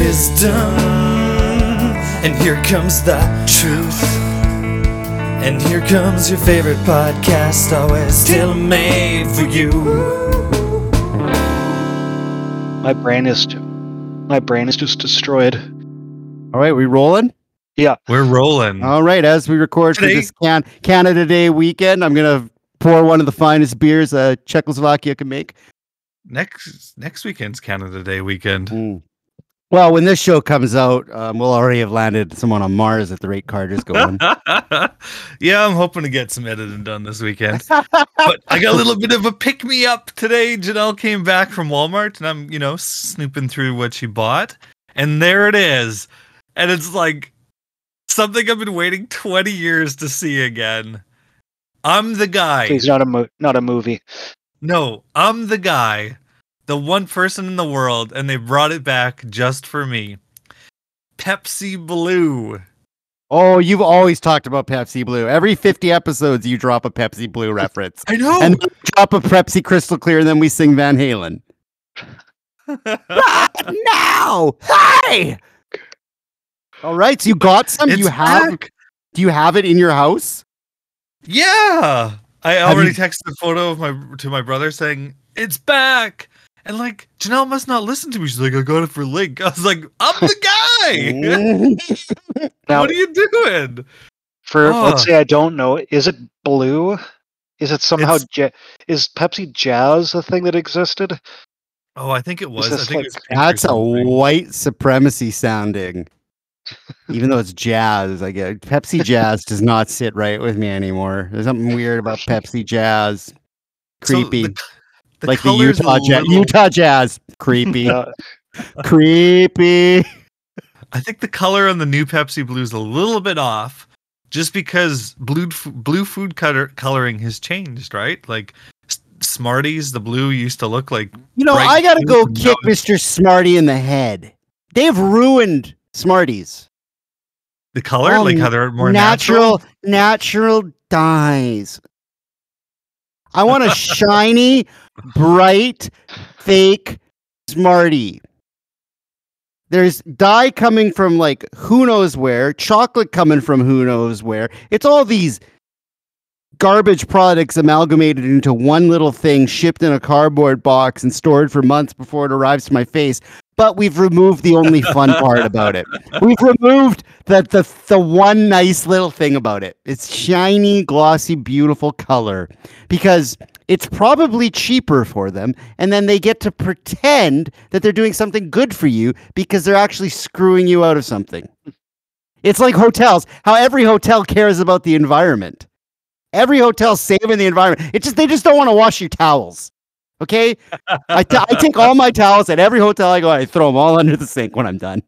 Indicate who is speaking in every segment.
Speaker 1: is done. And here comes the truth. And here comes your favorite podcast, always tailor made for you.
Speaker 2: My brain is ju- my brain is just destroyed.
Speaker 3: All right, we rolling?
Speaker 4: We're rolling.
Speaker 3: All right, as we record for
Speaker 4: Today-
Speaker 3: this can- Canada Day weekend, I'm gonna pour one of the finest beers uh, Czechoslovakia can make.
Speaker 4: next next weekend's Canada Day weekend.
Speaker 3: Well, when this show comes out, um, we'll already have landed someone on Mars at the rate Carter's going.
Speaker 4: yeah, I'm hoping to get some editing done this weekend. but I got a little bit of a pick me up today. Janelle came back from Walmart and I'm, you know, snooping through what she bought. And there it is. And it's like something I've been waiting 20 years to see again. I'm the guy.
Speaker 2: Please, not a mo- not a movie.
Speaker 4: No, I'm the guy, the one person in the world, and they brought it back just for me. Pepsi Blue.
Speaker 3: oh, you've always talked about Pepsi Blue. Every 50 episodes, you drop a Pepsi Blue reference.
Speaker 4: I know.
Speaker 3: And then you drop a Pepsi Crystal Clear, and then we sing Van Halen. Ah, now, hi. All right, so you got some.
Speaker 4: It's
Speaker 3: you have?
Speaker 4: back.
Speaker 3: Do you have it in your house?
Speaker 4: Yeah. I
Speaker 3: Have
Speaker 4: already
Speaker 3: you-
Speaker 4: texted a photo of my to my brother saying, It's back. And like Janelle must not listen to me. She's like, I got it for Link. I was like, I'm the guy.
Speaker 2: Now,
Speaker 4: what are you doing?
Speaker 2: for
Speaker 4: Ah.
Speaker 2: let's say I don't know, is it blue? Is it somehow
Speaker 4: It's-
Speaker 2: ja- is Pepsi Jazz a thing that existed?
Speaker 4: Oh, I think it was. I
Speaker 2: this
Speaker 4: think
Speaker 2: like-
Speaker 4: it was pink or
Speaker 3: That's a
Speaker 4: something.
Speaker 3: white supremacy sounding. Even though it's jazz, I get Pepsi Jazz does not sit right with me anymore. There's something weird about Pepsi Jazz.
Speaker 4: So
Speaker 3: Creepy.
Speaker 4: the- the
Speaker 3: like the
Speaker 4: color's a
Speaker 3: Utah Jazz.
Speaker 4: little-
Speaker 3: Utah Jazz. Creepy.
Speaker 2: Uh,
Speaker 3: creepy.
Speaker 4: I think the color on the new Pepsi Blue is a little bit off, just because blue f- blue food color coloring has changed, right? Like S- Smarties, the blue used to look like
Speaker 3: You know,
Speaker 4: Right,
Speaker 3: I gotta go
Speaker 4: Utah
Speaker 3: kick Mr. Smarty in the head. They've ruined Smarties.
Speaker 4: the color,
Speaker 3: Oh,
Speaker 4: like how they're more natural.
Speaker 3: natural natural dyes. I want a shiny, bright, fake Smartie. There's dye coming from like who knows where, chocolate coming from who knows where. It's all these garbage products amalgamated into one little thing shipped in a cardboard box and stored for months before it arrives to my face. But we've removed the only fun part about it. We've removed the, the the one nice little thing about it. It's shiny, glossy, beautiful color because it's probably cheaper for them and then they get to pretend that they're doing something good for you because they're actually screwing you out of something. It's like hotels, how every hotel cares about the environment. Every hotel's saving the environment. It's just they just don't want to wash your towels. Okay? I ta- I take all my towels at every hotel I go, I throw them all under the sink when I'm done.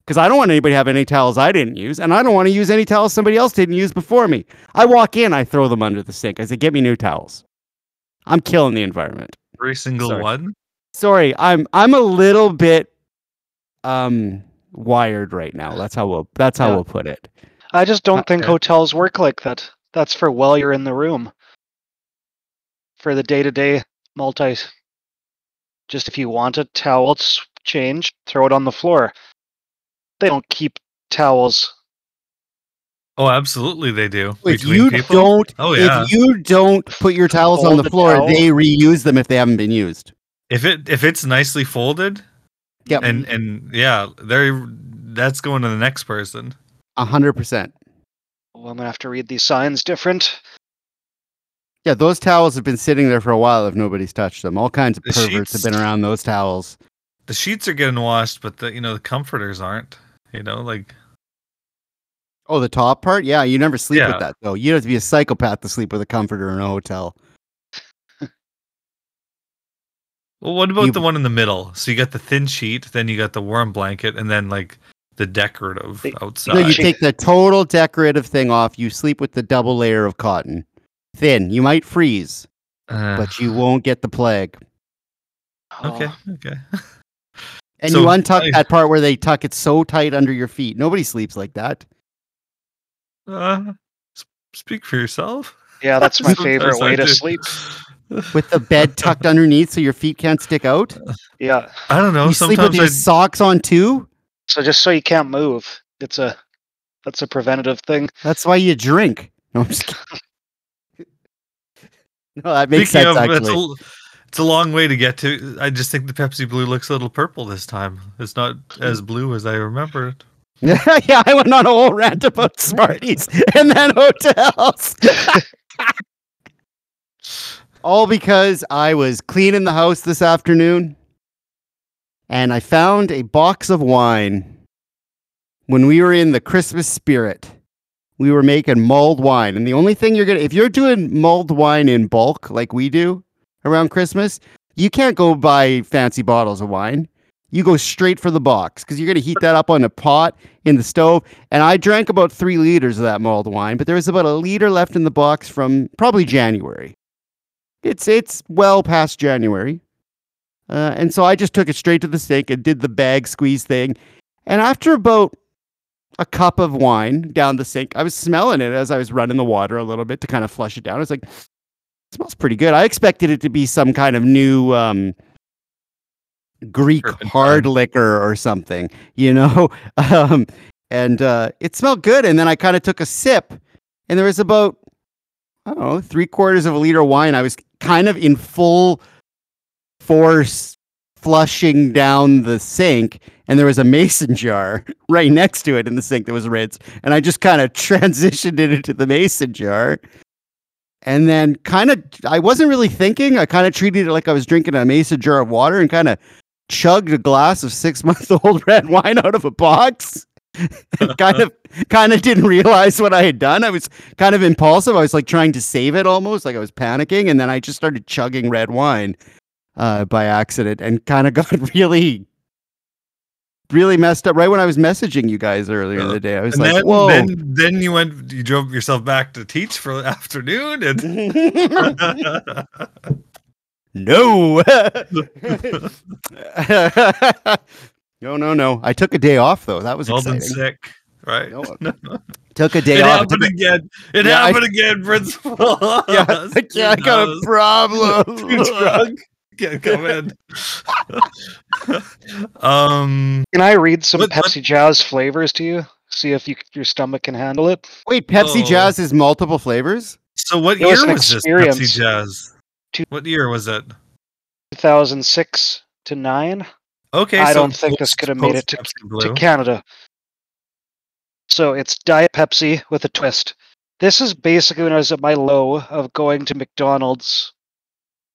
Speaker 3: Because I don't want anybody to have any towels I didn't use, and I don't want to use any towels somebody else didn't use before me. I walk in, I throw them under the sink. I say, get me new towels. I'm killing the environment.
Speaker 4: Every single
Speaker 3: Sorry.
Speaker 4: one.
Speaker 3: Sorry, I'm I'm a little bit um wired right now. That's how we'll that's how
Speaker 2: Yeah.
Speaker 3: we'll put it.
Speaker 2: I just don't think
Speaker 3: Okay.
Speaker 2: hotels work like that. That's for while you're in the room. For the day to day multi. Just if you want a towel s- change, throw it on the floor. They don't keep towels.
Speaker 4: Oh, absolutely, they do.
Speaker 3: If
Speaker 4: between
Speaker 3: you
Speaker 4: people.
Speaker 3: don't
Speaker 4: oh yeah.
Speaker 3: if you don't put your towels on
Speaker 2: Fold
Speaker 3: the
Speaker 2: the
Speaker 3: floor,
Speaker 2: towel.
Speaker 3: they reuse them if they haven't been used.
Speaker 4: If it if it's nicely folded
Speaker 3: Yep.
Speaker 4: and and yeah, they're that's going to the next person.
Speaker 3: A hundred percent.
Speaker 2: Oh, I'm gonna have to read these signs different.
Speaker 3: Yeah, those towels have been sitting there for a while if nobody's touched them. All kinds of
Speaker 4: The
Speaker 3: perverts have been
Speaker 4: sheets.
Speaker 3: around those towels.
Speaker 4: The sheets are getting washed, but the you know the comforters aren't. You know, like
Speaker 3: Oh, the top part? Yeah, you never sleep
Speaker 4: Yeah.
Speaker 3: with that though. You have to be a psychopath to sleep with a comforter in a hotel.
Speaker 4: Well, what about
Speaker 3: You-
Speaker 4: the one in the middle? So you got the thin sheet, then you got the warm blanket, and then like the decorative
Speaker 2: The-
Speaker 4: outside.
Speaker 3: No, you
Speaker 2: Gotcha.
Speaker 3: take the total decorative thing off. You sleep with the double layer of cotton. Thin. You might freeze,
Speaker 4: Uh,
Speaker 3: but you won't get the plague.
Speaker 4: okay,
Speaker 2: Oh,
Speaker 3: uh,
Speaker 4: okay.
Speaker 3: And
Speaker 4: So,
Speaker 3: you untuck
Speaker 4: I-
Speaker 3: that part where they tuck it so tight under your feet. Nobody sleeps like that.
Speaker 4: Uh, s- speak for yourself.
Speaker 2: yeah, that's my
Speaker 4: Sometimes
Speaker 2: favorite
Speaker 4: I
Speaker 2: way to
Speaker 4: do.
Speaker 2: sleep.
Speaker 3: with the bed tucked underneath so your feet can't stick out.
Speaker 2: Yeah.
Speaker 4: I don't know.
Speaker 3: you sleep with
Speaker 4: sometimes
Speaker 3: your
Speaker 4: I
Speaker 3: socks on too.
Speaker 2: So just so you can't move, it's a that's a preventative thing.
Speaker 3: That's why you drink. No, I'm just kidding. no, that makes
Speaker 4: Speaking
Speaker 3: sense.
Speaker 4: of, uh, it's,
Speaker 3: actually,
Speaker 4: a, it's a long way to get to. I just think the Pepsi Blue looks a little purple this time. It's not as blue as I remember. it.
Speaker 3: yeah, I went on a whole rant about Smarties and then hotels. All because I was cleaning the house this afternoon and I found a box of wine. When we were in the Christmas spirit, we were making mulled wine. And the only thing you're going to, if you're doing mulled wine in bulk like we do around Christmas, you can't go buy fancy bottles of wine. You go straight for the box because you're going to heat that up on a pot in the stove. And I drank about three liters of that mulled wine, but there was about a liter left in the box from probably January. It's it's well past January, uh, and so I just took it straight to the sink and did the bag squeeze thing. And after about a cup of wine down the sink, I was smelling it as I was running the water a little bit to kind of flush it down. I was like, "Smells pretty good." I expected it to be some kind of new um, Greek
Speaker 4: Turpentine.
Speaker 3: hard liquor or something, you know. Um, and uh, it smelled good. And then I kind of took a sip, and there was about I don't know three quarters of a liter of wine. I was kind of in full force flushing down the sink, and there was a mason jar right next to it in the sink that was rinsed, and I just kind of transitioned it into the mason jar. And then kind of, I wasn't really thinking. I kind of treated it like I was drinking a mason jar of water and kind of chugged a glass of six month old red wine out of a box. and kind of kind of didn't realize what I had done. I was kind of impulsive. I was like trying to save it almost, like I was panicking, and then I just started chugging red wine uh, by accident and kind of got really really messed up right when I was messaging you guys earlier in the day. I was
Speaker 4: And
Speaker 3: like,
Speaker 4: then,
Speaker 3: whoa.
Speaker 4: then, then you went. You drove yourself back to teach for the afternoon, and
Speaker 3: no. no, no, no. I took a day off though. That was
Speaker 4: Alden
Speaker 3: exciting.
Speaker 4: sick. Right.
Speaker 3: No, took a day
Speaker 4: It
Speaker 3: off.
Speaker 4: happened again. It
Speaker 3: Yeah, I-
Speaker 4: happened again, principal.
Speaker 3: Yeah, I can't- I got a problem.
Speaker 4: too drunk. Can't come in. um,
Speaker 2: Can I read some
Speaker 4: What- what-
Speaker 2: Pepsi Jazz flavors to you? See if you, your stomach can handle it.
Speaker 3: Wait, Pepsi
Speaker 4: Oh.
Speaker 3: Jazz is multiple flavors?
Speaker 4: so what
Speaker 2: It
Speaker 4: year
Speaker 2: was
Speaker 4: was,
Speaker 2: an
Speaker 4: this
Speaker 2: experience.
Speaker 4: Pepsi Jazz?
Speaker 2: Two-
Speaker 4: What year was it?
Speaker 2: 2006 to 9
Speaker 4: Okay,
Speaker 2: I
Speaker 4: so
Speaker 2: don't think this
Speaker 4: post-
Speaker 2: could have made it to-
Speaker 4: post Pepsi Blue.
Speaker 2: to Canada. So it's Diet Pepsi with a twist. This is basically when I was at my low of going to McDonald's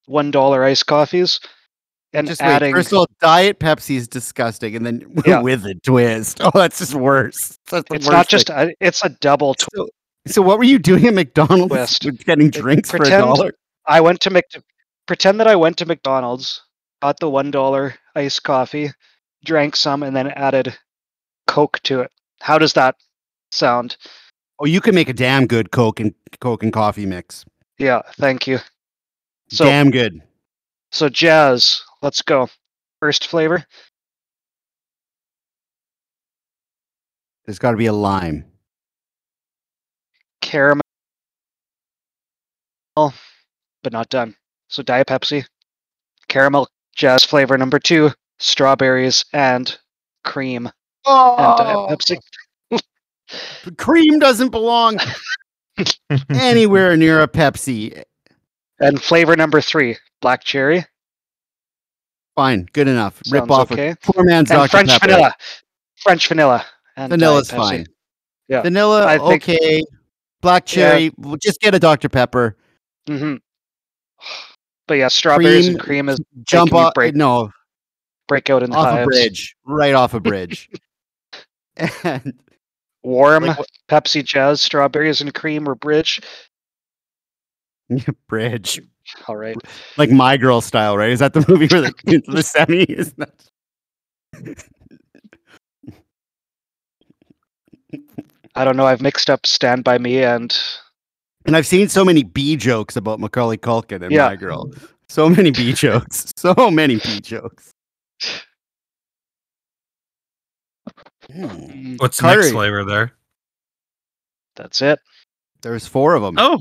Speaker 2: $1 iced coffees and
Speaker 3: just
Speaker 2: adding.
Speaker 3: wait. First of all, Diet Pepsi is disgusting, and then
Speaker 2: Yeah.
Speaker 3: with a twist. Oh, that's just worse. That's the
Speaker 2: it's
Speaker 3: worst
Speaker 2: not just,
Speaker 3: thing.
Speaker 2: a, it's a double twist.
Speaker 3: So, so what were you doing at McDonald's?
Speaker 2: Twist.
Speaker 3: With getting drinks for a
Speaker 2: pretend-
Speaker 3: dollar.
Speaker 2: I went to Mc. Pretend that I went to McDonald's, got the one dollar iced coffee, drank some, and then added Coke to it. How does that sound?
Speaker 3: Oh, you can make a damn good Coke and Coke and coffee mix.
Speaker 2: Yeah, thank you. So
Speaker 3: damn good.
Speaker 2: so jazz. Let's go. First flavor.
Speaker 3: There's got to be a lime.
Speaker 2: caramel, but not done. So Diet Pepsi, caramel jazz flavor number two, strawberries and cream. And Diet Pepsi.
Speaker 3: cream doesn't belong anywhere near a Pepsi.
Speaker 2: And flavor number three, black cherry
Speaker 3: Fine, good enough. Rip
Speaker 2: Sounds
Speaker 3: off
Speaker 2: okay.
Speaker 3: a poor man's
Speaker 2: and
Speaker 3: Dr.
Speaker 2: French
Speaker 3: Pepper.
Speaker 2: vanilla. French vanilla. And Diet
Speaker 3: Vanilla's
Speaker 2: Pepsi.
Speaker 3: fine.
Speaker 2: Yeah.
Speaker 3: Vanilla,
Speaker 2: I think-
Speaker 3: okay. Black
Speaker 2: Yeah.
Speaker 3: cherry, we'll just get a Dr. Pepper.
Speaker 2: Mhm. But yeah, strawberries and cream is
Speaker 3: Jump
Speaker 2: Making me
Speaker 3: off,
Speaker 2: break
Speaker 3: no,
Speaker 2: break out in
Speaker 3: off a
Speaker 2: hives.
Speaker 3: bridge, right off a bridge. and
Speaker 2: Warm
Speaker 3: Like
Speaker 2: Pepsi jazz, strawberries and cream or bridge.
Speaker 3: bridge,
Speaker 2: All right.
Speaker 3: like my girl style, right? Is that the movie where they get into the semi? Is that?
Speaker 2: I don't know. I've mixed up Stand by Me and
Speaker 3: And I've seen so many B jokes about Macaulay Culkin and
Speaker 2: Yeah.
Speaker 3: my girl. So many B jokes. So many B jokes. Hmm.
Speaker 2: mm,
Speaker 4: What's the next
Speaker 3: Curry.
Speaker 4: flavor there?
Speaker 2: that's it.
Speaker 3: There's four of them.
Speaker 4: Oh,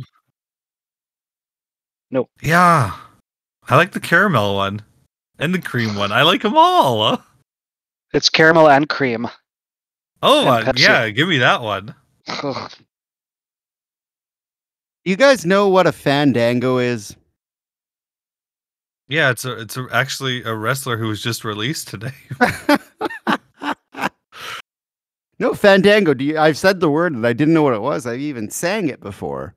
Speaker 4: Yeah. I like the caramel one and the cream one. I like them all.
Speaker 2: It's caramel and cream.
Speaker 4: Oh,
Speaker 2: And
Speaker 4: uh,
Speaker 2: Pepsi.
Speaker 4: yeah. Give me that one.
Speaker 2: Ugh.
Speaker 3: You guys know what a fandango is?
Speaker 4: Yeah, it's a, it's a, actually a wrestler who was just released today.
Speaker 3: no, fandango. Do you, I've said the word and I didn't know what it was. I even sang it before.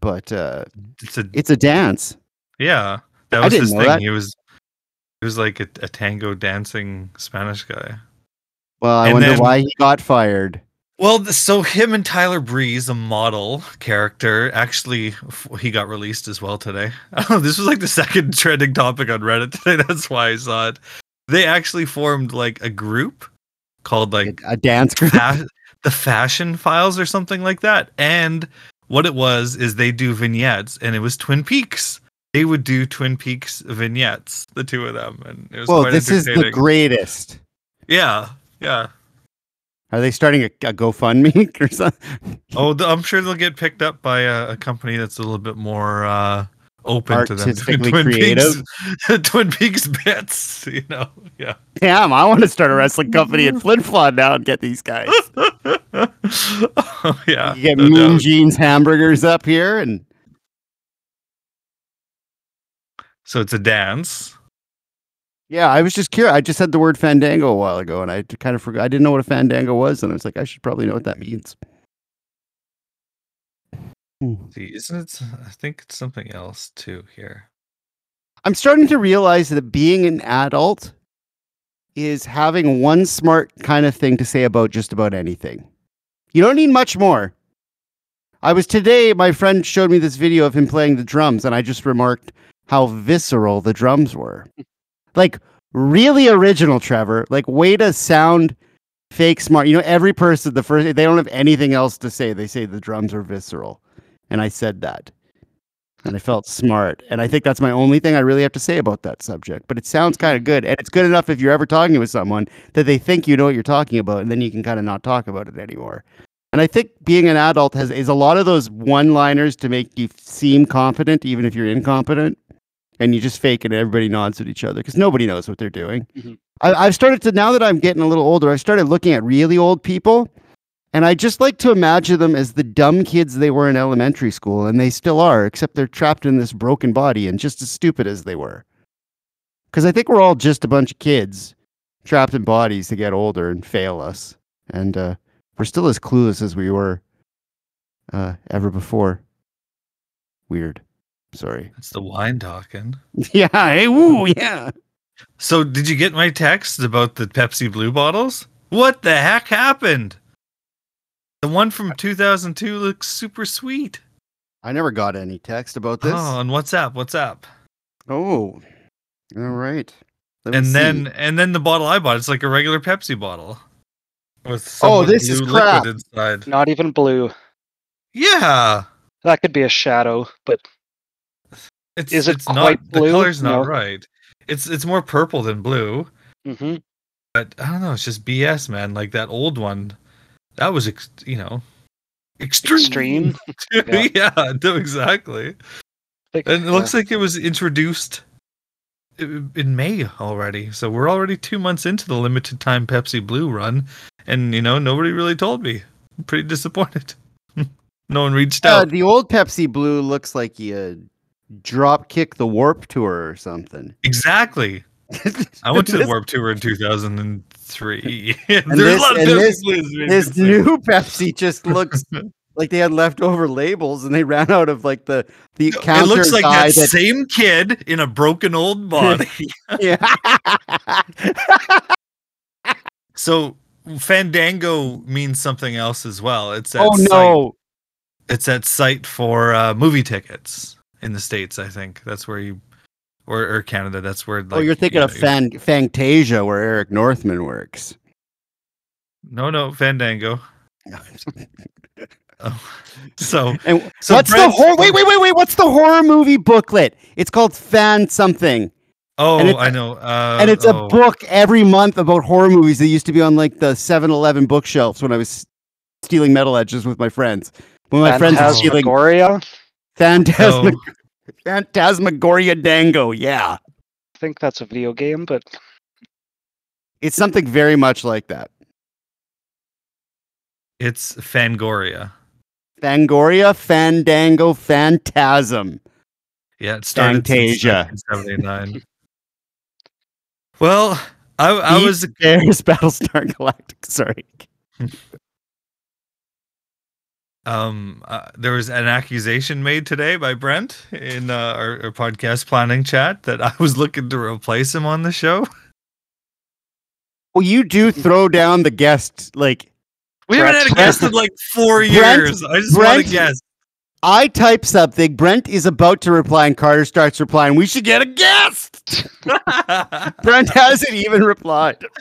Speaker 3: But uh,
Speaker 4: It's a
Speaker 3: it's a dance.
Speaker 4: yeah.
Speaker 3: I
Speaker 4: That was
Speaker 3: didn't
Speaker 4: his
Speaker 3: know
Speaker 4: thing.
Speaker 3: that.
Speaker 4: He was he was like a, a tango dancing Spanish guy.
Speaker 3: Well, I
Speaker 4: And
Speaker 3: wonder
Speaker 4: then-
Speaker 3: why he got fired.
Speaker 4: Well, th- so him and Tyler Breeze, a model character, actually f- he got released as well today. I don't know, this was like the second trending topic on Reddit today. That's why I saw it. They actually formed like a group called like
Speaker 3: A dance group.
Speaker 4: fa- the Fashion Files or something like that. And what it was is they do vignettes, and it was Twin Peaks. They would do Twin Peaks vignettes, the two of them, and it was
Speaker 3: Well,
Speaker 4: quite
Speaker 3: this is the
Speaker 4: entertaining.
Speaker 3: greatest.
Speaker 4: yeah, yeah.
Speaker 3: Are they starting a, a GoFundMe or something?
Speaker 4: Oh, th- I'm sure they'll get picked up by a, a company that's a little bit more uh, open to them.
Speaker 3: Artistically creative.
Speaker 4: Peaks, Twin Peaks bits, you know. Yeah.
Speaker 3: Damn, I want to start a wrestling company in Flint Flon now and get these guys.
Speaker 4: oh, yeah.
Speaker 3: You get
Speaker 4: no doubt.
Speaker 3: Mean Jeans hamburgers up here, and
Speaker 4: So it's a dance.
Speaker 3: yeah, I was just curious. I just said the word fandango a while ago, and I kind of forgot. I didn't know what a fandango was, and I was like, I should probably know what that means. Hmm.
Speaker 4: See, isn't it? I think it's something else too here.
Speaker 3: I'm starting to realize that being an adult is having one smart kind of thing to say about just about anything. You don't need much more. I was today, my friend showed me this video of him playing the drums, and I just remarked how visceral the drums were. Like, really original, Trevor. Like, way to sound fake smart. You know, every person, the first, they don't have anything else to say. They say the drums are visceral. And I said that and I felt smart. And I think that's my only thing I really have to say about that subject. But it sounds kind of good. And it's good enough if you're ever talking with someone that they think you know what you're talking about, and then you can kind of not talk about it anymore. And I think being an adult has is a lot of those one liners to make you seem competent, even if you're incompetent. And you just fake it, and everybody nods at each other because nobody knows what they're doing.
Speaker 2: Mhm.
Speaker 3: I, I've started to, now that I'm getting a little older, I've started looking at really old people, and I just like to imagine them as the dumb kids they were in elementary school, and they still are, except they're trapped in this broken body and just as stupid as they were. Because I think we're all just a bunch of kids trapped in bodies that get older and fail us. And uh, we're still as clueless as we were uh, ever before. Weird. Sorry.
Speaker 4: It's the wine talking.
Speaker 3: Yeah. Hey, woo. Yeah.
Speaker 4: So, did you get my text about the Pepsi Blue bottles? What the heck happened? The one from 2002 looks super sweet.
Speaker 3: I never got any text about this.
Speaker 4: Oh, on WhatsApp, WhatsApp.
Speaker 3: Oh. All right. Let me
Speaker 4: And
Speaker 3: see.
Speaker 4: then and then the bottle I bought, it's like a regular Pepsi bottle. With
Speaker 3: Oh,
Speaker 4: somewhat
Speaker 3: this is
Speaker 4: blue
Speaker 3: crap.
Speaker 4: liquid inside.
Speaker 2: Not even blue.
Speaker 4: Yeah.
Speaker 2: That could be a shadow, but
Speaker 4: It's
Speaker 2: Is it
Speaker 4: it's
Speaker 2: quite
Speaker 4: not
Speaker 2: blue?
Speaker 4: the color's not
Speaker 2: No.
Speaker 4: right. It's it's more purple than blue.
Speaker 2: hmm
Speaker 4: But I don't know, it's just BS, man. Like that old one. That was ex- you know extreme.
Speaker 2: extreme.
Speaker 4: yeah, no, exactly. And it
Speaker 2: uh,
Speaker 4: looks like it was introduced i- in May already. So we're already two months into the limited time Pepsi Blue run. And, you know, nobody really told me. I'm pretty disappointed. no one reached
Speaker 3: Uh,
Speaker 4: out.
Speaker 3: the old Pepsi Blue looks like you drop kick the warp tour or something.
Speaker 4: Exactly. I went to the
Speaker 3: This-
Speaker 4: Warp Tour in 2003. There's
Speaker 3: this-
Speaker 4: a lot of
Speaker 3: and
Speaker 4: Pepsi
Speaker 3: this-
Speaker 4: Blues being
Speaker 3: This
Speaker 4: consumed.
Speaker 3: new Pepsi just looks like they had leftover labels and they ran out of like the the counter
Speaker 4: It looks like
Speaker 3: guy
Speaker 4: that,
Speaker 3: that
Speaker 4: same kid in a broken old body.
Speaker 3: yeah.
Speaker 4: so Fandango means something else as well. It's that
Speaker 3: oh
Speaker 4: site-
Speaker 3: no.
Speaker 4: it's that site for uh, movie tickets in the states. I think that's where you, or, or Canada. That's where. Like,
Speaker 3: oh, you're thinking
Speaker 4: you
Speaker 3: of
Speaker 4: know,
Speaker 3: Fan- Fantasia where Eric Northman works.
Speaker 4: No, no, Fandango. Oh. So,
Speaker 3: And
Speaker 4: so
Speaker 3: what's the
Speaker 4: Brent's-
Speaker 3: horror? Wait, wait, wait, wait. What's the horror movie booklet? It's called Fan Something. and
Speaker 4: Oh,
Speaker 3: it's-
Speaker 4: I know. Uh,
Speaker 3: and it's
Speaker 4: oh,
Speaker 3: a book every month about horror movies that used to be on like the 7-Eleven bookshelves when I was stealing metal edges with my friends. When my friends were stealing
Speaker 2: Phantasmagoria?
Speaker 3: Phantasm-
Speaker 4: oh,
Speaker 3: Phantasmagoria Dango. Yeah.
Speaker 2: I think that's a video game, but
Speaker 3: It's something very much like that.
Speaker 4: It's Fangoria.
Speaker 3: Fangoria, Fandango, Phantasm.
Speaker 4: Yeah, it started since
Speaker 3: Fantasia.
Speaker 4: 1979. well, I, I
Speaker 3: Beat
Speaker 4: was
Speaker 3: Bears Battlestar Galactic. Sorry.
Speaker 4: um uh, there was an accusation made today by Brent in uh, our, our podcast planning chat that I was looking to replace him on the show.
Speaker 3: Well, you do throw down the guest. Like,
Speaker 4: We haven't had a guest in like four
Speaker 3: Brent-
Speaker 4: years. I just want
Speaker 3: Brent-
Speaker 4: a guest.
Speaker 3: I type something, Brent is about to reply, and Carter starts replying, We should get a guest. Brent hasn't even replied.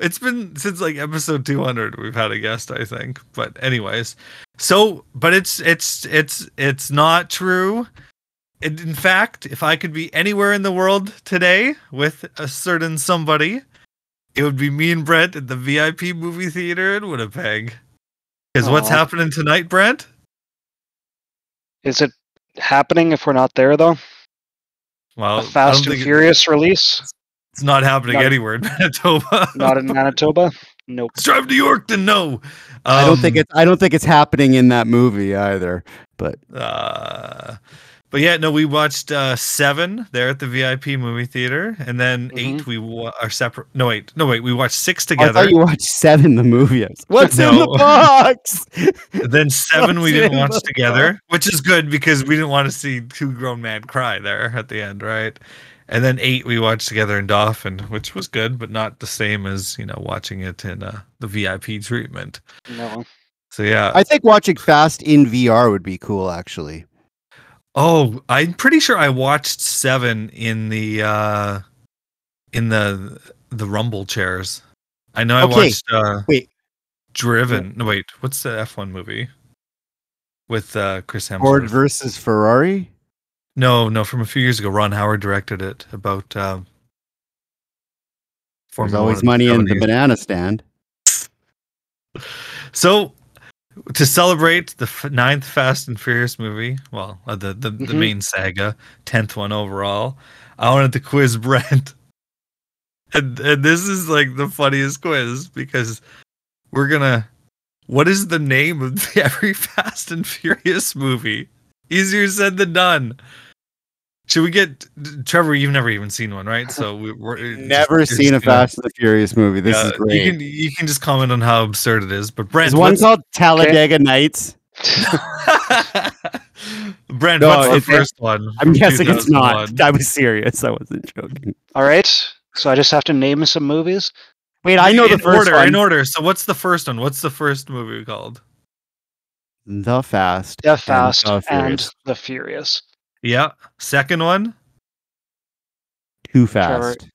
Speaker 4: It's been since like episode 200 we've had a guest I think. But anyways, so but it's it's it's it's not true. And in fact, if I could be anywhere in the world today with a certain somebody, it would be me and Brent at the VIP movie theater in Winnipeg. Because what's
Speaker 2: Aw.
Speaker 4: happening tonight, Brent?
Speaker 2: is it happening if we're not there though?
Speaker 4: Well, Oh,
Speaker 2: a
Speaker 4: I don't
Speaker 2: Fast and
Speaker 4: think it-
Speaker 2: Furious release?
Speaker 4: it's not happening
Speaker 2: Not-
Speaker 4: anywhere in Manitoba.
Speaker 2: Not in Manitoba? Nope.
Speaker 4: Let's drive to York to know.
Speaker 3: I don't think
Speaker 4: Um,
Speaker 3: it's I don't think it's happening in that movie either.
Speaker 4: Uh, but yeah, no, we watched uh, seven there at the VIP movie theater, and then eight we wa- are separate. No wait, no wait, we watched six
Speaker 3: Mm-hmm. I
Speaker 4: together.
Speaker 3: thought you watched Seven, the movie. I was- What's in
Speaker 4: No.
Speaker 3: the box?
Speaker 4: Then seven we didn't
Speaker 3: What's
Speaker 4: watch
Speaker 3: in the
Speaker 4: together, which is good because we didn't want to see two grown men cry there at the end, right? And then eight we watched together in Dauphin, which was good, but not the same as you know watching it in uh, the VIP treatment.
Speaker 2: No.
Speaker 4: So yeah,
Speaker 3: I think watching Fast in VR would be cool, actually.
Speaker 4: Oh, I'm pretty sure I watched seven in the uh in the the rumble chairs. I know I
Speaker 3: Okay,
Speaker 4: watched uh
Speaker 3: wait.
Speaker 4: Driven. No wait, what's the F one movie? With uh Chris Hemsworth.
Speaker 3: Ford versus Ferrari.
Speaker 4: no, no, from a few years ago. Ron Howard directed it about um
Speaker 3: There's
Speaker 4: Formula One
Speaker 3: always money in the
Speaker 4: 70s.
Speaker 3: banana stand.
Speaker 4: So, to celebrate the f- ninth Fast and Furious movie, well, uh, the the, the
Speaker 3: Mm-hmm.
Speaker 2: Mhm.
Speaker 4: main saga, tenth one overall, I wanted to quiz Brent, and and this is like the funniest quiz because we're gonna. What is the name of every Fast and Furious movie? Easier said than done. Should we get Trevor? You've never even seen one, right? So we, we're uh,
Speaker 3: Never
Speaker 4: just-
Speaker 3: seen a
Speaker 4: just gonna-
Speaker 3: Fast and the Furious movie. This is
Speaker 4: uh,
Speaker 3: great.
Speaker 4: You can you can just comment on how absurd it is. But Brent,
Speaker 3: Is one
Speaker 4: what's-
Speaker 3: called Talladega Nights?
Speaker 4: Brent,
Speaker 3: No,
Speaker 4: what's the
Speaker 3: it's-
Speaker 4: first one?
Speaker 3: I'm
Speaker 4: from
Speaker 3: guessing it's not.
Speaker 4: 2001?
Speaker 3: I was serious. I wasn't joking.
Speaker 2: All right. So I just have to name some movies.
Speaker 3: Wait, I know the
Speaker 4: in
Speaker 3: first
Speaker 4: order.
Speaker 3: one.
Speaker 4: In order. So what's the first one? What's the first movie called?
Speaker 3: The Fast.
Speaker 2: The Fast
Speaker 3: The
Speaker 2: and,
Speaker 3: Furious.
Speaker 2: the Furious.
Speaker 4: Yeah. Second one.
Speaker 3: Too
Speaker 2: Trevor.
Speaker 3: Fast.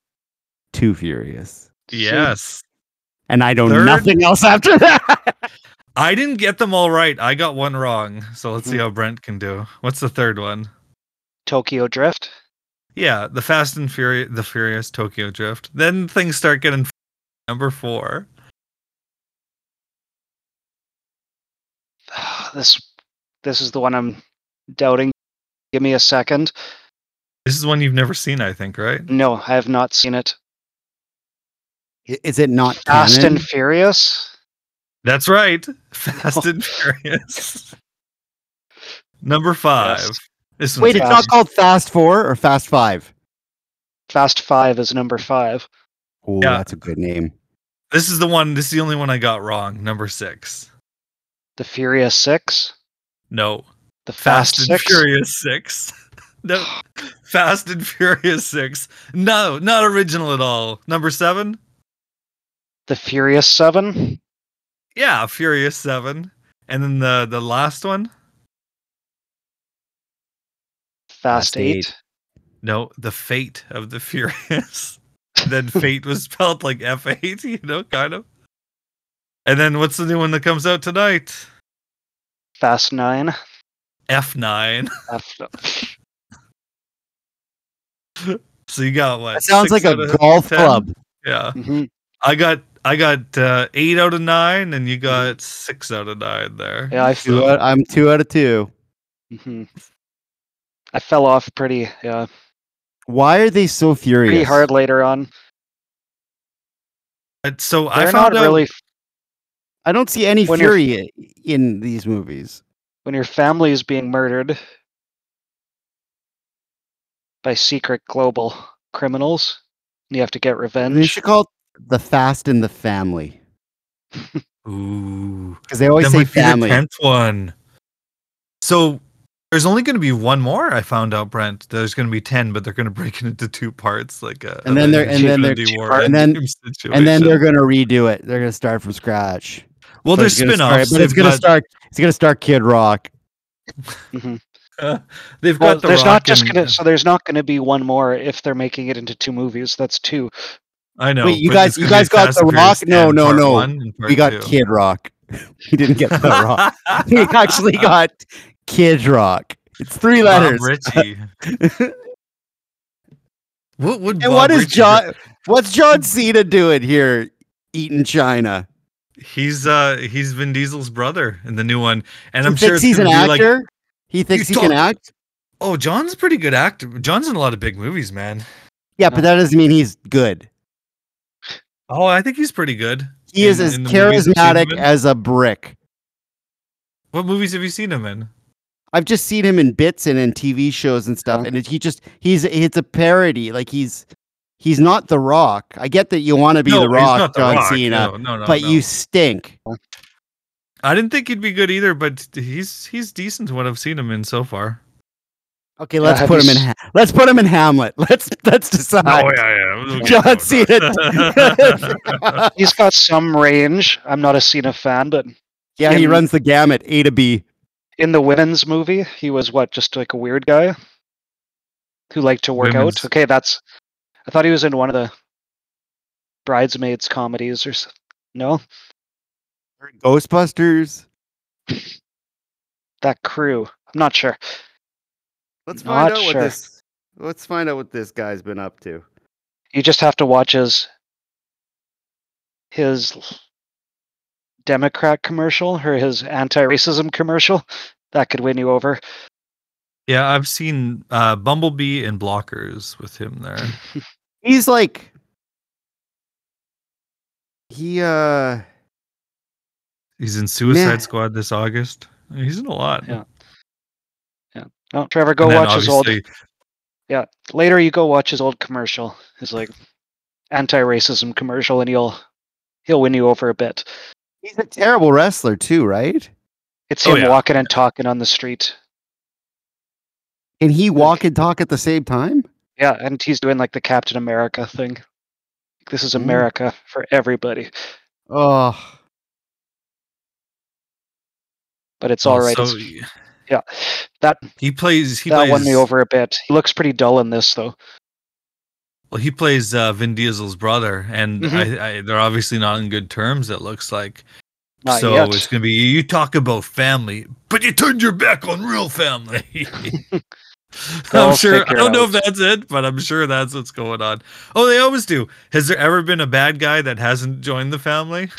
Speaker 3: Too Furious.
Speaker 4: Yes.
Speaker 3: And I know
Speaker 4: Third?
Speaker 3: nothing else after that.
Speaker 4: I didn't get them all right. I got one wrong. So let's
Speaker 3: Hmm.
Speaker 4: see how Brent can do. What's the third one?
Speaker 2: Tokyo Drift.
Speaker 4: Yeah, the Fast and Furious, the Furious Tokyo Drift. Then things start getting f- number four.
Speaker 2: Ah, This this is the one I'm doubting. Give me a second.
Speaker 4: This is one you've never seen, I think, right?
Speaker 2: No, I have not seen it.
Speaker 3: I- Is it not
Speaker 2: Fast
Speaker 3: canon?
Speaker 2: and Furious.
Speaker 4: That's right. Fast and Furious. Number five.
Speaker 2: Yes.
Speaker 4: This one's
Speaker 3: Wait, it's not
Speaker 2: Fast.
Speaker 3: called Fast Four or Fast Five.
Speaker 2: Fast Five is number five.
Speaker 3: Oh,
Speaker 4: Yeah.
Speaker 3: that's a good name.
Speaker 4: This is the one. This is the only one I got wrong. Number six.
Speaker 2: The Furious Six.
Speaker 4: No.
Speaker 2: The Fast,
Speaker 4: Fast, and
Speaker 2: Six.
Speaker 4: Furious Six. No. Fast and Furious Six. No, not original at all. Number seven.
Speaker 2: The Furious Seven.
Speaker 4: Yeah, Furious Seven. And then the the last one.
Speaker 2: Fast,
Speaker 3: Fast
Speaker 2: eight.
Speaker 3: Eight.
Speaker 4: No, the Fate of the Furious. then Fate was spelled like F eight. You know, kind of. And then what's the new one that comes out tonight?
Speaker 2: Fast Nine.
Speaker 4: F nine.
Speaker 2: F-
Speaker 4: So you got what?
Speaker 3: That sounds
Speaker 4: six
Speaker 3: like a
Speaker 4: out of
Speaker 3: golf
Speaker 4: 10?
Speaker 3: club.
Speaker 4: Yeah.
Speaker 2: Mhm.
Speaker 4: I got I got uh, eight out of nine, and you got six out of nine there.
Speaker 2: Yeah, I
Speaker 3: Two out, I'm two out of two.
Speaker 2: Mhm. I fell off pretty yeah
Speaker 3: Why are they so furious?
Speaker 2: pretty hard later on.
Speaker 4: And so I
Speaker 2: They're
Speaker 4: found
Speaker 2: not
Speaker 4: out
Speaker 2: really
Speaker 3: I don't see any
Speaker 2: When you're-
Speaker 3: fury i- in these movies.
Speaker 2: when your family is being murdered by secret global criminals and you have to get
Speaker 3: And they
Speaker 2: revenge.
Speaker 3: should call it the Fast and the Family
Speaker 4: Ooh.
Speaker 3: because they always
Speaker 4: that
Speaker 3: say
Speaker 4: might be
Speaker 3: family.
Speaker 4: the tenth one. So there's only going to be one more. I found out, Brent. There's going to be ten, but they're going to break it into two parts, like a
Speaker 3: And then they're- and then they're- and then- And then they're gonna redo it. They're gonna start from scratch.
Speaker 4: well,
Speaker 3: But
Speaker 4: there's
Speaker 3: it's gonna start-
Speaker 4: spin-offs.
Speaker 3: but it's
Speaker 4: They've
Speaker 3: gonna
Speaker 4: got-
Speaker 3: start. It's gonna start Kid Rock.
Speaker 4: They've got
Speaker 2: Well,
Speaker 4: the
Speaker 2: there's not
Speaker 4: Rock
Speaker 2: just
Speaker 4: and- uh,
Speaker 2: gonna, so there's not going to be one more if they're making it into two movies. That's two.
Speaker 4: I know.
Speaker 3: Wait, you
Speaker 4: but
Speaker 3: guys-
Speaker 4: it's
Speaker 3: you
Speaker 4: gonna be
Speaker 3: guys got
Speaker 4: Fast
Speaker 3: The
Speaker 4: and Furious
Speaker 3: Rock? No,
Speaker 4: 10,
Speaker 3: no,
Speaker 4: part
Speaker 3: no.
Speaker 4: one and part
Speaker 3: We got
Speaker 4: two.
Speaker 3: Kid Rock. we didn't get the Rock. We actually got Kid Rock. It's three
Speaker 4: Bob
Speaker 3: letters.
Speaker 4: Ritchie. what would
Speaker 3: And
Speaker 4: Bob
Speaker 3: what is
Speaker 4: Ritchie do?
Speaker 3: John? What's John Cena doing here? Eating China.
Speaker 4: He's uh he's Vin Diesel's brother in the new one, and
Speaker 3: he
Speaker 4: I'm
Speaker 3: thinks
Speaker 4: sure it's
Speaker 3: he's an
Speaker 4: gonna be like
Speaker 3: actor. he thinks he
Speaker 4: He's
Speaker 3: can
Speaker 4: talking-
Speaker 3: act.
Speaker 4: Oh, John's a pretty good actor. John's in a lot of big movies, man.
Speaker 3: Yeah, but that doesn't mean he's good.
Speaker 4: Oh, I think he's pretty good.
Speaker 3: He is
Speaker 4: In-
Speaker 3: as
Speaker 4: in the movies you've seen him
Speaker 3: charismatic
Speaker 4: in?
Speaker 3: as a brick.
Speaker 4: What movies have you seen him in?
Speaker 3: I've just seen him in bits and in TV shows and stuff,
Speaker 4: Uh-huh.
Speaker 2: Yeah.
Speaker 3: and it, he just he's it's a parody. Like he's he's not the Rock. I get that you want to be
Speaker 4: no,
Speaker 3: the
Speaker 4: he's
Speaker 3: Rock,
Speaker 4: not The
Speaker 3: John
Speaker 4: Rock.
Speaker 3: Cena,
Speaker 4: No, no, no.
Speaker 3: but
Speaker 4: no.
Speaker 3: you stink.
Speaker 4: I didn't think he'd be good either, but he's he's decent what I've seen him in so far.
Speaker 3: Okay, let's
Speaker 2: have
Speaker 3: put
Speaker 2: you
Speaker 3: him in.
Speaker 2: s-
Speaker 3: Ha- let's put him in Hamlet. Let's let's decide.
Speaker 4: yeah.
Speaker 3: Oh, John Cena.
Speaker 2: He's got some range. I'm not a Cena fan, but
Speaker 3: yeah, he
Speaker 2: In-
Speaker 3: runs the gamut, A to B.
Speaker 2: in the women's movie, he was what, just like a weird guy who liked to work
Speaker 4: Women's-
Speaker 2: out. Okay, that's. I thought he was in one of the bridesmaids comedies or s- no
Speaker 3: Ghostbusters.
Speaker 2: that crew. I'm not sure.
Speaker 3: Let's find out
Speaker 2: Not sure.
Speaker 3: what this. Let's find out what this guy's been up to.
Speaker 2: You just have to watch his his Democrat commercial or his anti-racism commercial. That could win you over.
Speaker 4: yeah, I've seen uh, Bumblebee and Blockers with him there.
Speaker 3: he's like he uh
Speaker 4: He's in Suicide
Speaker 3: Man.
Speaker 4: Squad this August. He's in a lot.
Speaker 2: Yeah. No, Trevor, go
Speaker 4: And then
Speaker 2: watch his old.
Speaker 4: obviously-
Speaker 2: Later, you go watch his old commercial. His like anti-racism commercial, and he'll he'll win you over a bit.
Speaker 3: he's a terrible wrestler too right
Speaker 2: It's
Speaker 4: Oh,
Speaker 2: him
Speaker 4: yeah.
Speaker 2: walking and talking on the street.
Speaker 3: can he walk and talk at the same time
Speaker 2: Yeah, and he's doing like the Captain America thing. This is
Speaker 3: Mm.
Speaker 2: America for everybody,
Speaker 3: oh
Speaker 2: but it's all right.
Speaker 4: Oh, So
Speaker 2: it's- yeah, that
Speaker 4: he plays. He
Speaker 2: that
Speaker 4: plays,
Speaker 2: won me over a bit. He looks pretty dull in this though.
Speaker 4: Well, he plays uh, Vin Diesel's brother, and
Speaker 2: Mhm.
Speaker 4: I, I, they're obviously not in good terms. It looks like.
Speaker 2: Not
Speaker 4: so
Speaker 2: yet.
Speaker 4: it's gonna be you talk about family, but you turned your back on real family. I'm
Speaker 2: They'll
Speaker 4: sure. I
Speaker 2: figure it
Speaker 4: don't know if
Speaker 2: out.
Speaker 4: that's it, but I'm sure that's what's going on. Oh, they always do. Has there ever been a bad guy that hasn't joined the family?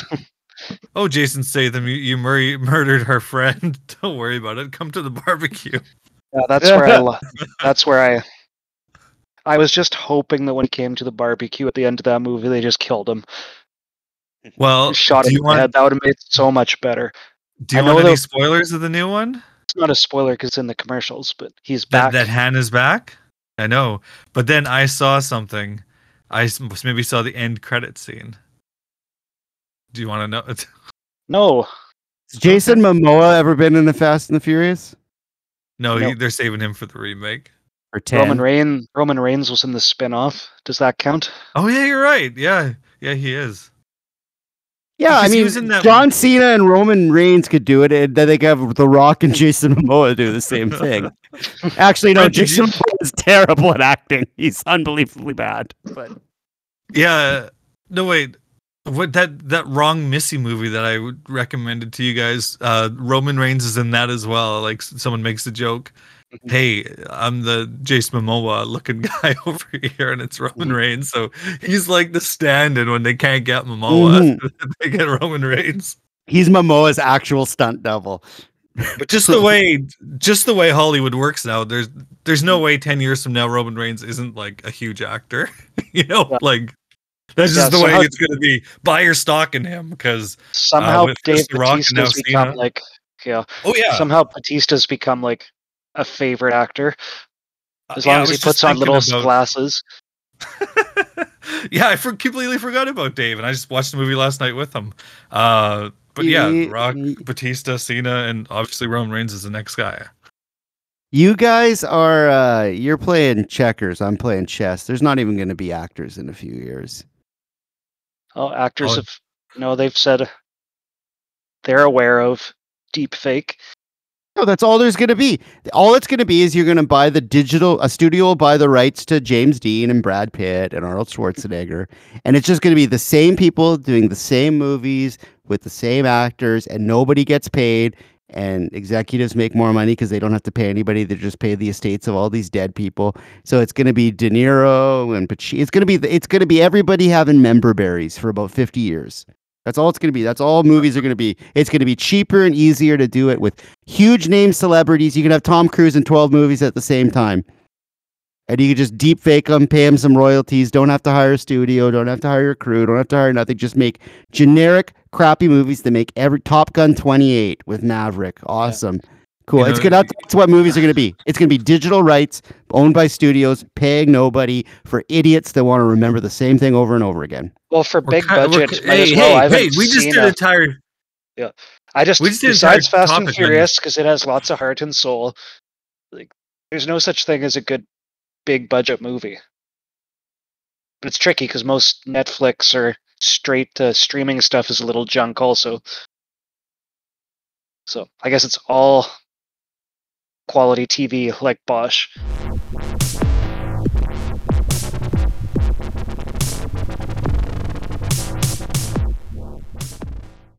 Speaker 4: oh, Jason Statham, you, you mur- murdered her friend. don't worry about it. Come to the barbecue.
Speaker 2: Yeah, that's where I. Lo- that's where I. I was just hoping that when he came to the barbecue at the end of that movie, they just killed him,
Speaker 4: Well,
Speaker 2: shot
Speaker 4: do
Speaker 2: him
Speaker 4: you
Speaker 2: in the
Speaker 4: want
Speaker 2: head. That would have made it so much better.
Speaker 4: do you
Speaker 2: I
Speaker 4: want
Speaker 2: know
Speaker 4: any
Speaker 2: the-
Speaker 4: spoilers of the new one?
Speaker 2: It's not a spoiler because it's in the commercials, but he's
Speaker 4: that,
Speaker 2: back.
Speaker 4: that Hannah's back. I know, but then I saw something. I s- maybe saw the end credit scene. Do you want to know?
Speaker 2: no,
Speaker 3: has jason momoa ever been in the fast and the furious
Speaker 4: No, he-
Speaker 2: No.
Speaker 4: they're saving him for the remake.
Speaker 3: or 10
Speaker 2: Roman Reign. Roman Reigns was in the spin-off. Does that count?
Speaker 4: Oh yeah, you're right. Yeah, yeah, he is.
Speaker 3: yeah i
Speaker 4: because he
Speaker 3: mean
Speaker 4: was in that
Speaker 3: john
Speaker 4: one.
Speaker 3: cena and roman reigns could do it and then they could have the rock and jason momoa do the same thing actually no
Speaker 4: Brent, did
Speaker 3: jason
Speaker 4: you-
Speaker 3: momoa is terrible at acting he's unbelievably bad but
Speaker 4: Yeah. No wait. What that that wrong Missy movie that I would recommended to you guys? Uh, Roman Reigns is in that as well. Like s- someone makes a joke, "Hey, I'm the Jason Momoa looking guy over here," and it's Roman Reigns. So he's like the stand-in when they can't get Momoa, they get Roman Reigns.
Speaker 3: he's momoa's actual stunt double
Speaker 4: But just the way just the way Hollywood works now, there's there's no way ten years from now Roman Reigns isn't like a huge actor. you know,
Speaker 2: Yeah.
Speaker 4: like that's
Speaker 2: Yeah,
Speaker 4: just the
Speaker 2: so
Speaker 4: way
Speaker 2: how-
Speaker 4: it's gonna be. Buy your stock in him because
Speaker 2: Somehow
Speaker 4: Uh, with
Speaker 2: Dave
Speaker 4: just The Rock and
Speaker 2: Batista's
Speaker 4: now
Speaker 2: become
Speaker 4: Cena.
Speaker 2: like yeah.
Speaker 4: oh yeah.
Speaker 2: Somehow Batista's become like a favorite actor as
Speaker 4: Uh, Yeah,
Speaker 2: long
Speaker 4: I
Speaker 2: as he
Speaker 4: was just
Speaker 2: puts on
Speaker 4: thinking
Speaker 2: little
Speaker 4: about-
Speaker 2: glasses.
Speaker 4: yeah, I for- completely forgot about Dave, and I just watched the movie last night with him. Uh, but yeah, The
Speaker 3: Ye-
Speaker 4: Rock,
Speaker 3: ye-
Speaker 4: Batista, Cena, and obviously Roman Reigns is the next guy.
Speaker 3: You guys are uh you're playing checkers, I'm playing chess. There's not even gonna be actors in a few years.
Speaker 2: Oh, actors
Speaker 4: Oh.
Speaker 2: have no, they've said they're aware of deep fake.
Speaker 3: No, that's all there's gonna be. All it's gonna be is you're gonna buy the digital a studio will buy the rights to James Dean and Brad Pitt and Arnold Schwarzenegger, and it's just gonna be the same people doing the same movies with the same actors, and nobody gets paid. And executives make more money because they don't have to pay anybody. They just pay the estates of all these dead people. So it's going to be De Niro and Pacino. It's going to be the, it's going to be everybody having member berries for about fifty years. That's all it's going to be. That's all movies are going to be. It's going to be cheaper and easier to do it with huge name celebrities. You can have Tom Cruise in 12 movies at the same time. And you can just deep fake them, pay them some royalties. Don't have to hire a studio. Don't have to hire a crew. Don't have to hire nothing. Just make generic, crappy movies that make every Top Gun 28 with Maverick. Awesome. Cool.
Speaker 4: You
Speaker 3: it's
Speaker 4: know,
Speaker 3: good. That's, that's what movies are going to be. It's going to be digital rights owned by studios, paying nobody for idiots that want to remember the same thing over and over again.
Speaker 2: Well, for
Speaker 4: We're
Speaker 2: big
Speaker 4: ki- we're
Speaker 2: budget,
Speaker 4: ki-
Speaker 2: might as
Speaker 4: hey,
Speaker 2: well. I
Speaker 4: hey,
Speaker 2: haven't
Speaker 4: hey, we just
Speaker 2: seen
Speaker 4: did
Speaker 2: a-
Speaker 4: an entire.
Speaker 2: I just,
Speaker 4: We just did entire
Speaker 2: besides Fast and
Speaker 4: topic on
Speaker 2: Furious because it has lots of heart and soul. Like, there's no such thing as a good big budget movie. But it's tricky because most Netflix or straight to streaming stuff is a little junk also. So I guess it's all quality TV like Bosch.